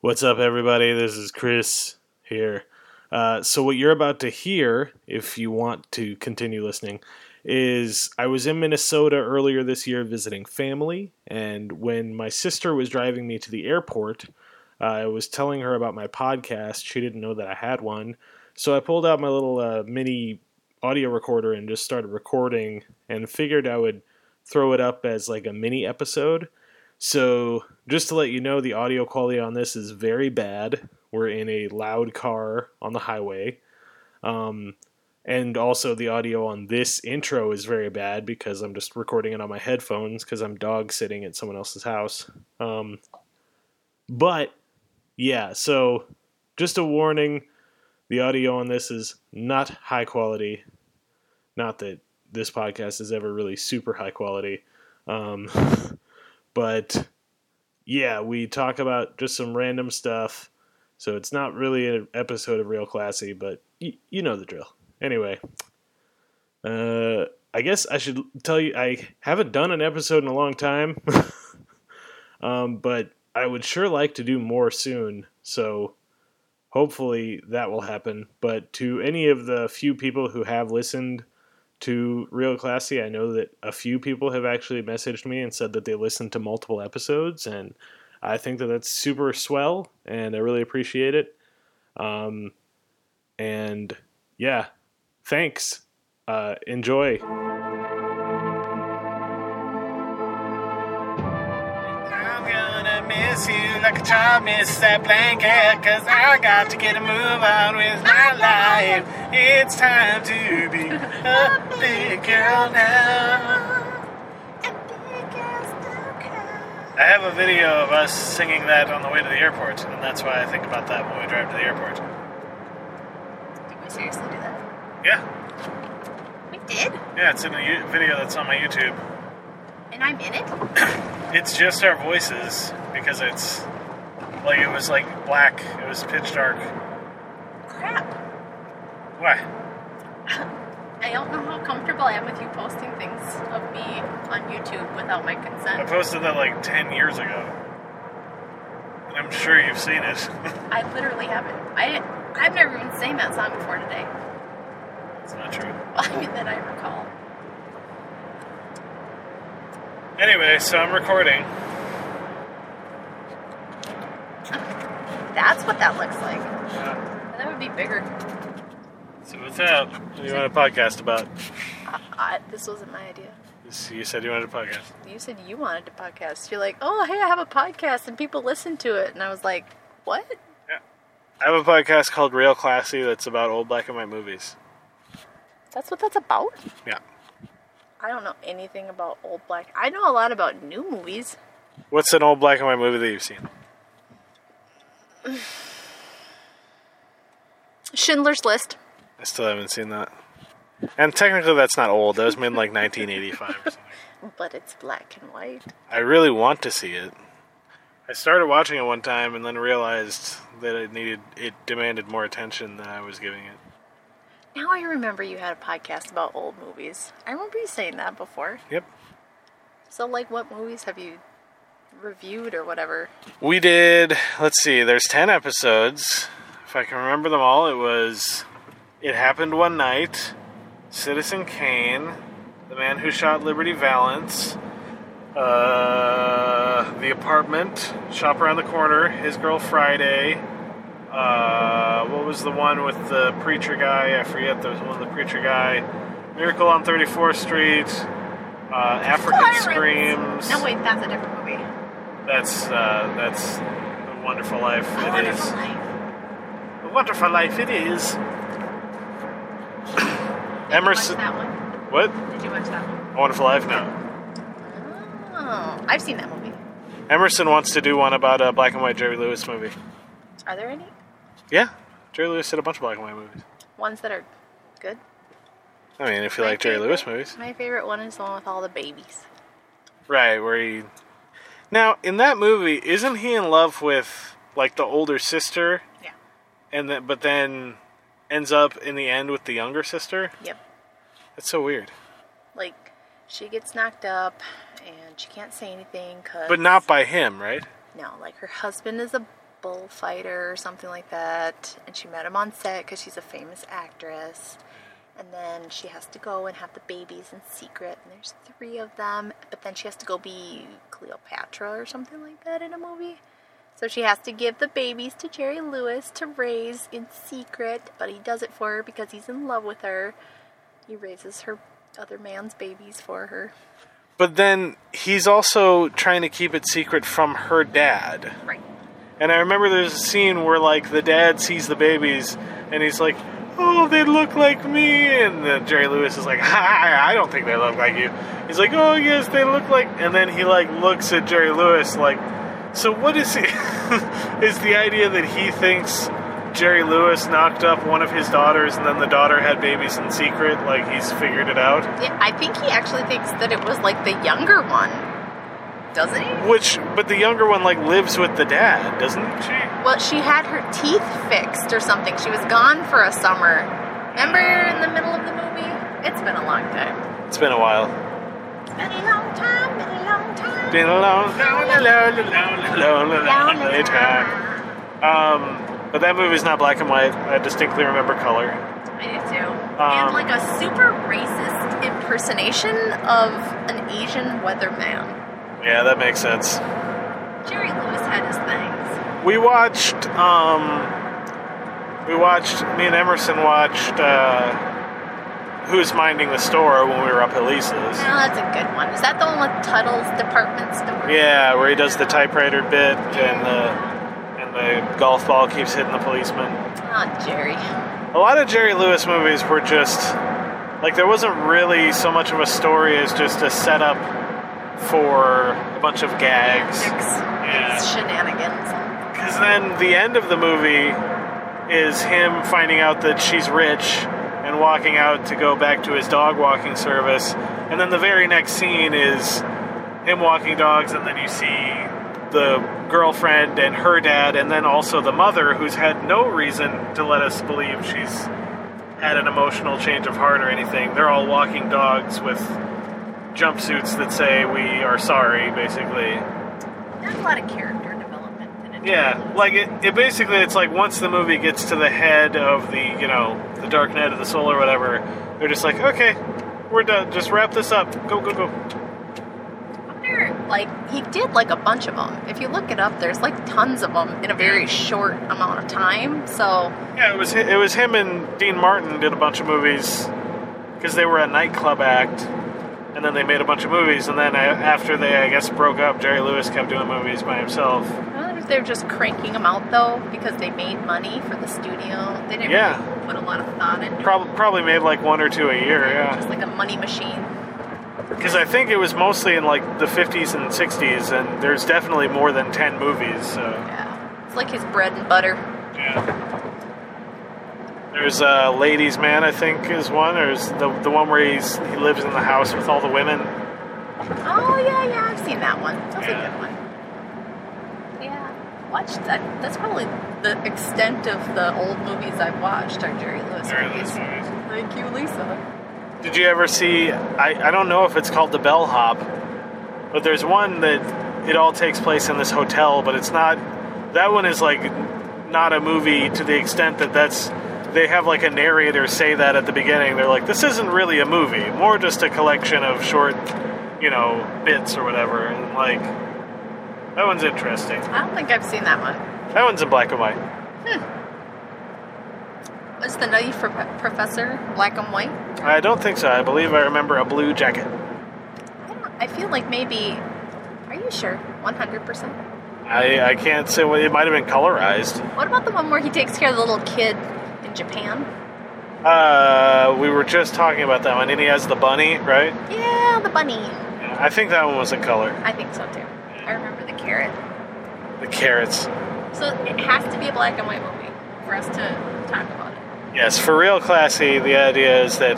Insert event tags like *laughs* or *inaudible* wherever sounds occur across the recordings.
What's up, everybody? This is Chris here. Uh, so, what you're about to hear, if you want to continue listening, is I was in Minnesota earlier this year visiting family, and when my sister was driving me to the airport, uh, I was telling her about my podcast. She didn't know that I had one, so I pulled out my little uh, mini audio recorder and just started recording, and figured I would throw it up as like a mini episode. So, just to let you know, the audio quality on this is very bad. We're in a loud car on the highway. Um, and also, the audio on this intro is very bad because I'm just recording it on my headphones because I'm dog sitting at someone else's house. Um, but, yeah, so just a warning the audio on this is not high quality. Not that this podcast is ever really super high quality. Um, but yeah, we talk about just some random stuff. So it's not really an episode of Real Classy, but y- you know the drill. Anyway, uh, I guess I should tell you I haven't done an episode in a long time, *laughs* um, but I would sure like to do more soon. So hopefully that will happen. But to any of the few people who have listened to Real Classy, I know that a few people have actually messaged me and said that they listened to multiple episodes, and I think that that's super swell, and I really appreciate it. Um, and yeah, thanks. Uh, enjoy. I'm gonna miss you like a child missed that blanket. Cause I got to get a move on with my life. It's time to be a big girl now. I have a video of us singing that on the way to the airport, and that's why I think about that when we drive to the airport. Did we seriously do that? Yeah, We did? yeah, it's in a U- video that's on my YouTube. And I'm in it? It's just our voices because it's like it was like black, it was pitch dark. Crap. Why? I don't know how comfortable I am with you posting things of me on YouTube without my I consent. posted that like 10 years ago. And I'm sure you've seen it. *laughs* I literally haven't. I, I've never even sang that song before today. *laughs* it's not true. I mean, that I recall. Anyway, so I'm recording. That's what that looks like. Yeah. That would be bigger. So what's up? What do you want a podcast about? I, I, this wasn't my idea. So you said you wanted a podcast. You said you wanted to podcast. You're like, oh, hey, I have a podcast and people listen to it. And I was like, what? I have a podcast called Real Classy that's about old black and white movies. That's what that's about? Yeah. I don't know anything about old black. I know a lot about new movies. What's an old black and white movie that you've seen? Schindler's List. I still haven't seen that. And technically that's not old. That was made in like 1985 or something. But it's black and white. I really want to see it. I started watching it one time and then realized that it needed it demanded more attention than I was giving it. Now I remember you had a podcast about old movies. I remember you saying that before. Yep. So, like, what movies have you reviewed or whatever? We did let's see, there's ten episodes. If I can remember them all, it was It Happened One Night, Citizen Kane, The Man Who Shot Liberty Valance, uh, The Apartment, Shop Around the Corner, His Girl Friday, uh, what was the one with the preacher guy? I forget. There was one with the preacher guy. Miracle on 34th Street. Uh, African Sirens. Screams. No, wait, that's a different movie. That's uh, that's the Wonderful Life. Oh, A It is Wonderful Life. the Wonderful Life. It *coughs* is. Did Emerson. You watch that What? one? Did you watch that one? A Wonderful Life? No. Oh, I've seen that movie. Emerson wants to do one about a black and white Jerry Lewis movie. Are there any Yeah, Jerry Lewis did a bunch of black and white movies. ones that are good? I mean, if you My like Jerry favorite- Lewis movies, My favorite one is the one with all the babies. right? Where he. Now in that movie, isn't he in love with like the older sister, Yeah. and then but then ends up in the end with the younger sister? Yep. That's so weird. Like, she gets knocked up and she can't say anything because. But not by him, right? No, like her husband is a bullfighter or something like that. And she met him on set because she's a famous actress. And then she has to go and have the babies in secret. And there's three of them. But then she has to go be Cleopatra or something like that in a movie. So she has to give the babies to Jerry Lewis to raise in secret. But he does it for her because he's in love with her. He raises her other man's babies for her. But then he's also trying to keep it secret from her dad. Right. And I remember there's a scene where like the dad sees the babies and he's like, "Oh, they look like me." And then Jerry Lewis is like, *laughs* "Hi, I don't think they look like you." He's like, "Oh, yes, they look like." And then he like looks at Jerry Lewis like, "So what is it? *laughs* is the idea that he thinks Jerry Lewis knocked up one of his daughters and then the daughter had babies in secret like he's figured it out?" Yeah, I think he actually thinks that it was like the younger one, doesn't he? Which, but the younger one like lives with the dad, doesn't she? Well, she had her teeth fixed or something. She was gone for a summer. Remember in the middle of the movie? It's been a long time. It's been a while. It's been a long time, been a long time. Been a long, long, long, long, long, long, long time. Um, but that movie's not black and white. I distinctly remember color. I do too. Um, and like a super racist impersonation of an Asian weatherman. Yeah, that makes sense. Jerry Lewis had his things. We watched. Um, we watched. Me and Emerson watched. Uh, Who's minding the store when we were up at Lisa's? No, that's a good one. Is that the one with Tuttle's department store? Yeah, where he does the typewriter bit and the and the golf ball keeps hitting the policeman. Oh, Jerry. A lot of Jerry Lewis movies were just like there wasn't really so much of a story as just a setup for a bunch of gags. Yeah. It's shenanigans. Because then the end of the movie is him finding out that she's rich and walking out to go back to his dog walking service. And then the very next scene is him walking dogs, and then you see the girlfriend and her dad, and then also the mother, who's had no reason to let us believe she's had an emotional change of heart or anything. They're all walking dogs with jumpsuits that say, We are sorry, basically. There's a lot of character development in it. Yeah, like it, it basically it's like once the movie gets to the head of the, you know, the Dark Knight of the Soul or whatever, they're just like, okay, we're done. Just wrap this up. Go, go, go. I wonder, like, he did like a bunch of them. If you look it up, there's like tons of them in a very short amount of time. So, Yeah, it was hi- it was him and Dean Martin did a bunch of movies because they were a nightclub act, and then they made a bunch of movies, and then I, after they I guess broke up, Jerry Lewis kept doing movies by himself. I wonder if they're just cranking them out though because they made money for the studio. They didn't Yeah. really put a lot of thought into Prob- probably made like one or two a year, it. yeah. Just like a money machine. Because I think it was mostly in like the 50s and 60s, and there's definitely more than 10 movies. So, Yeah. It's like his bread and butter. yeah. There's uh, Ladies Man, I think, is one. There's the the one where he's he lives in the house with all the women. Oh yeah, yeah, I've seen that one. That's Yeah. a good one. Yeah, watch that. That's probably the extent of the old movies I've watched are Jerry Lewis movies. Thank you, Lisa. Did you ever see? I, I don't know if it's called the Bellhop, but there's one that it all takes place in this hotel, but it's not. That one is like not a movie to the extent that that's. They have like a narrator say that at the beginning. They're like, this isn't really a movie, more just a collection of short, you know, bits or whatever. And like, that one's interesting. I don't think I've seen that one. That one's in black and white. Is the Nutty Pro- Professor black and white? I don't think so. I believe I remember a blue jacket. I don't. I feel like maybe. Are you sure? One hundred percent. I, I can't say what it might have been colorized. What about the one where he takes care of the little kid in Japan? Uh, we were just talking about that one, and he has the bunny, right? Yeah, the bunny. I think that one was in color. I think so too. I remember the carrot. The carrots. So it has to be a black and white movie for us to talk about it. Yes, for real classy, the idea is that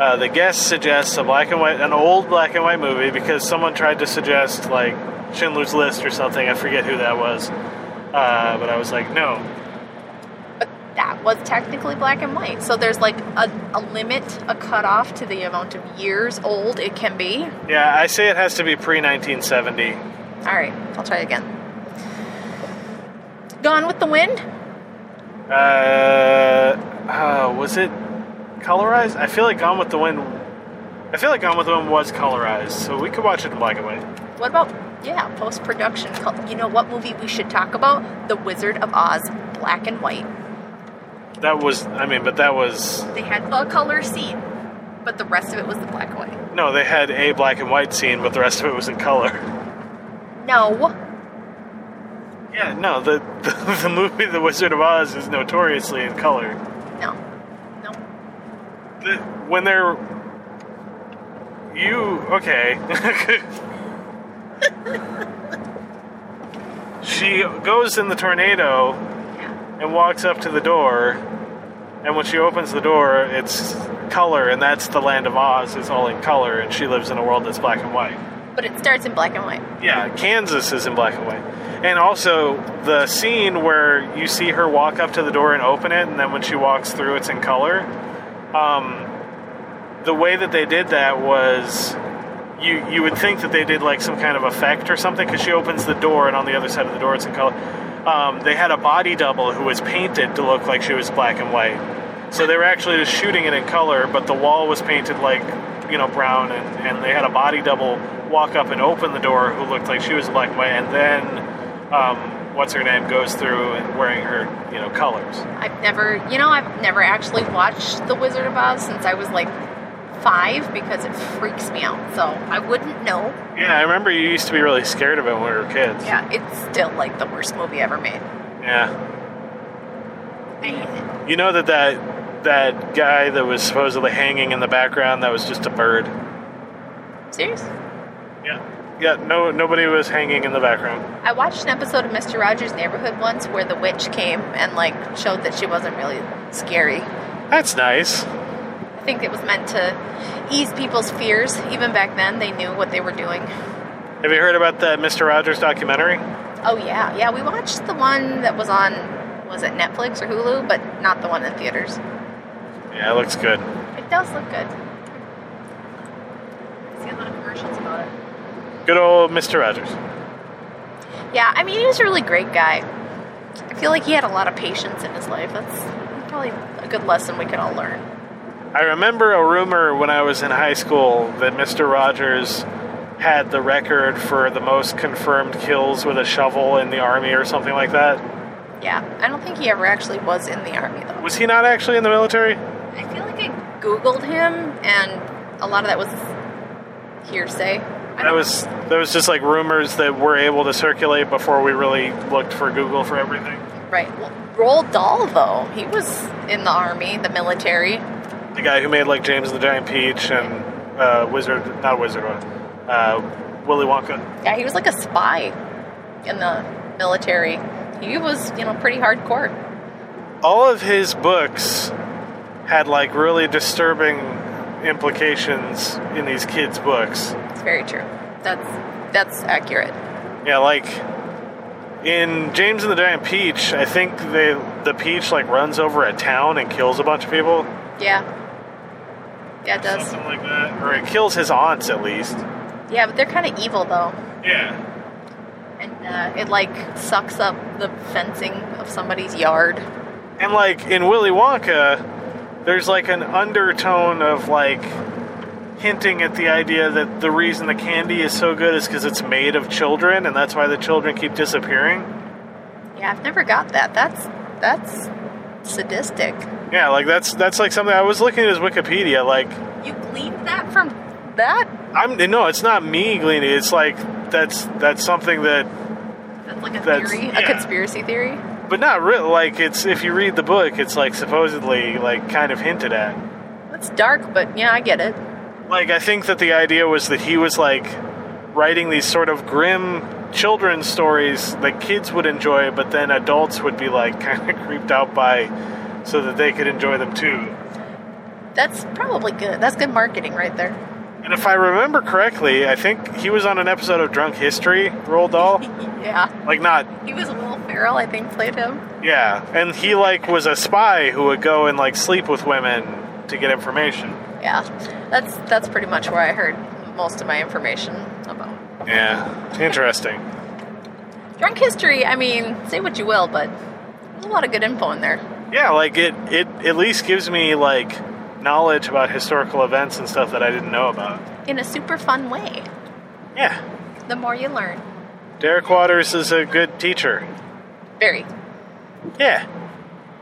uh, the guest suggests a black and white, an old black and white movie because someone tried to suggest like Schindler's List or something. I forget who that was, uh, but I was like, no, But that was technically black and white. So there's like a, a limit, a cutoff to the amount of years old it can be. yeah, I say it has to be pre 1970. All right, I'll try again. Gone with the Wind? Uh, uh, was it colorized? I feel like Gone with the Wind. I feel like Gone with the Wind was colorized, so we could watch it in black and white. What about, yeah, post production? You know what movie we should talk about? The Wizard of Oz, black and white. That was, I mean, but that was They had a color scene, but the rest of it was the black and white. no. They had a black and white scene, but the rest of it was in color. *laughs* No. Yeah, no. The *laughs* the, the movie The Wizard of Oz is notoriously in color. No. No. the, when they're you okay *laughs* she goes in the tornado Yeah. and walks up to the door and when she opens the door it's color and that's the land of oz it's all in color and she lives in a world that's black and white But it starts in black and white. yeah kansas is in black and white and also the scene where you see her walk up to the door and open it and then when she walks through it's in color um, the way that they did that was you you would think that they did like some kind of effect or something because she opens the door and on the other side of the door it's in color um, they had a body double who was painted to look like she was black and white so they were actually just shooting it in color but the wall was painted like you know brown and, and they had a body double walk up and open the door who looked like she was black and white and then um, what's her name goes through and wearing her you know colors I've never, you know, I've never actually watched The Wizard of Oz since I was like five because it freaks me out. So I wouldn't know. yeah i remember you used to be really scared of it when we were kids Yeah, it's still like the worst movie ever made. yeah. I hate it. You know that that that guy that was supposedly hanging in the background that was just a bird. Serious? Yeah. Yeah. No, nobody was hanging in the background. I watched an episode of Mr. Rogers' Neighborhood once where the witch came and like showed that she wasn't really scary. That's nice. I think it was meant to ease people's fears. Even back then, they knew what they were doing. Have you heard about that Mr. Rogers documentary? Oh yeah, yeah. We watched the one that was on was it Netflix or Hulu, but not the one in theaters. Yeah, it looks good. It does look good. I see a lot of commercials about it. Good old Mr. Rogers. Yeah, I mean, he was a really great guy. I feel like he had a lot of patience in his life. That's probably a good lesson we could all learn. I remember a rumor when I was in high school that Mr. Rogers had the record for the most confirmed kills with a shovel in the army or something like that. Yeah, I don't think he ever actually was in the army though. Was he not actually in the military? I feel like I Googled him, and a lot of that was hearsay. I That don't- was that was just like rumors that were able to circulate before we really looked for Google for everything. right. Well, Roald Dahl though, he was in the army, the military. The guy who made like James and the Giant Peach and uh, Wizard, not Wizard, uh, Willy Wonka. Yeah, he was like a spy in the military. He was, you know, pretty hardcore. All of his books had like really disturbing implications in these kids' books. It's very true. That's that's accurate. Yeah, like in James and the Giant Peach, I think they the peach like runs over a town and kills a bunch of people. Yeah. Yeah, it *laughs* does. Something like that, or it kills his aunts at least. Yeah, but they're kind of evil though, Yeah. and uh, it like sucks up the fencing of somebody's yard. And like in Willy Wonka, there's like an undertone of like hinting at the idea that the reason the candy is so good is because it's made of children, and that's why the children keep disappearing. Yeah, I've never got that. That's that's sadistic. Yeah, like that's that's like something I was looking at his Wikipedia. Like You gleaned that from that? I'm no, it's not me gleaning. It's like that's that's something that, That's like a That's- theory, a yeah. conspiracy theory. but not real. Like it's if you read the book, it's like supposedly like kind of hinted at. That's dark, but yeah, I get it. Like, I think that the idea was that he was like writing these sort of grim children's stories that kids would enjoy, but then adults would be like *laughs* kind of creeped out by so that they could enjoy them too. That's probably good. That's good marketing right there. *laughs* And if I remember correctly, I think he was on an episode of Drunk History, Roald Dahl. *laughs* yeah. Like, not, He was Will Ferrell, I think, played him. yeah. And he like was a spy who would go and like sleep with women to get information. Yeah. That's that's pretty much where I heard most of my information about. Yeah. Interesting. Drunk history, I mean, say what you will, but there's a lot of good info in there. Yeah, like it it at least gives me like knowledge about historical events and stuff that I didn't know about. In a super fun way. Yeah. The more you learn. Derek Waters is a good teacher. Very. Yeah.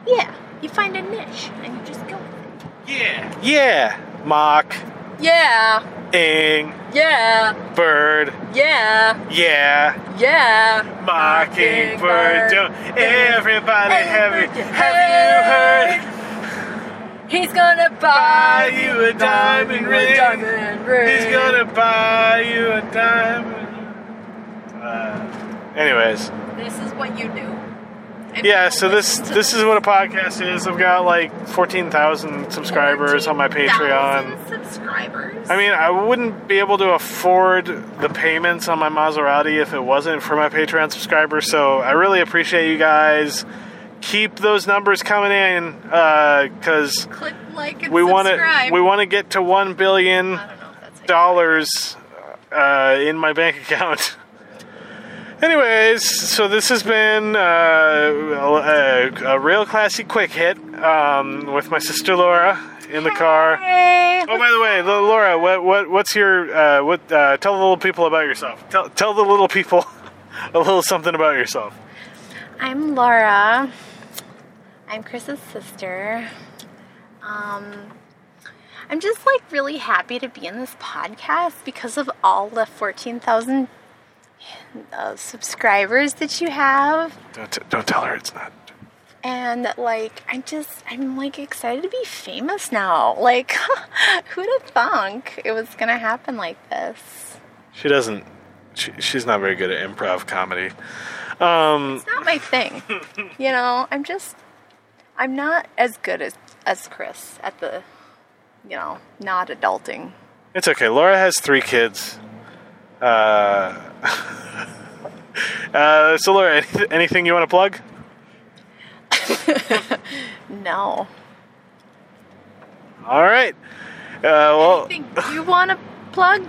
Yeah. You find a niche and you just go with it. Yeah. Yeah. Mock, Yeah. ing, Yeah. bird, Yeah. yeah. Yeah. Mockingbird, Mockingbird. don't everybody have you, Everybody have you heard? He's gonna Buy buy, you a diamond ring. diamond ring. He's gonna buy you a diamond. Uh, anyways, This is what you do. And yeah. people So this listen to this is what a podcast is. I've got like fourteen thousand subscribers on my Patreon. 14,000 Subscribers. I mean, I wouldn't be able to afford the payments on my Maserati if it wasn't for my Patreon subscribers. So I really appreciate you guys. Keep those numbers coming in, because click like and we want to subscribe. we want to get to one billion I don't know if that's how you- dollars uh, in my bank account. *laughs* Anyways, so this has been uh, a, a real classy quick hit um, with my sister Laura in the car. Hey. Oh, by the way, Lo- Laura, what, what what's your uh, what? Uh, tell the little people about yourself. Tell tell the little people *laughs* a little something about yourself. I'm Laura. I'm Chris's sister. Um, I'm just like really happy to be in this podcast because of all the 14,000 uh, subscribers that you have. Don't t- don't tell her it's not. And like, I'm just, I'm like excited to be famous now. Like, *laughs* who'd have thunk it was gonna happen like this? She doesn't. She, she's not very good at improv comedy. Um, It's not my thing. you know, I'm just, I'm not as good as, as Chris at the, you know, not adulting. It's okay. Laura has three kids. Uh, *laughs* uh, so, Laura, anyth- anything you want to plug? No. All right. Uh, well, Anything you want to plug?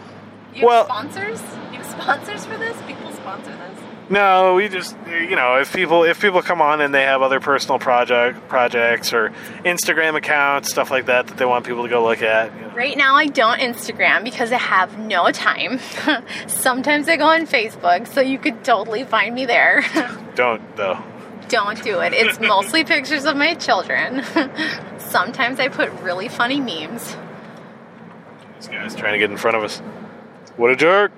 You have Well- sponsors? You have sponsors for this? People sponsor this. no, we just you know if people if people come on and they have other personal project projects or Instagram accounts stuff like that that they want people to go look at. you know. Right now, I don't Instagram because I have no time. *laughs* Sometimes I go on Facebook, so you could totally find me there. *laughs* Don't though. don't do it. It's mostly pictures of my children. *laughs* Sometimes I put really funny memes. This guy's trying to get in front of us. What a jerk!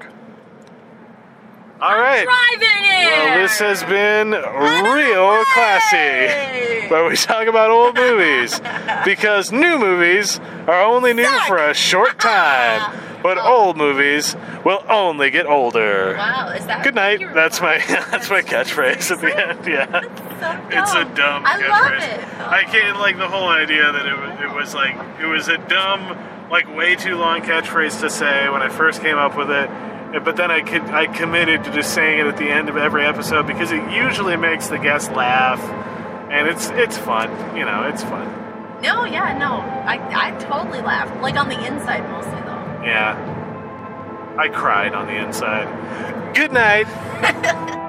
All right. Driving it! Well, this has been real classy, where we talk about old movies because new movies are only new for a short time, but old movies will only get older. Wow, is that Good night. your- That's my *laughs* that's my catchphrase at the end. Yeah, So it's a dumb Oh, I catchphrase. love it. I can't like the whole idea that it was, it was like it was a dumb, like way too long catchphrase to say when I first came up with it. and- But then I could I committed to just saying it at the end of every episode because it usually makes the guests laugh, and it's it's fun. You know, it's fun. No, yeah, no. I, I totally laughed. Like on the inside mostly though. Yeah. I cried on the inside. Good night.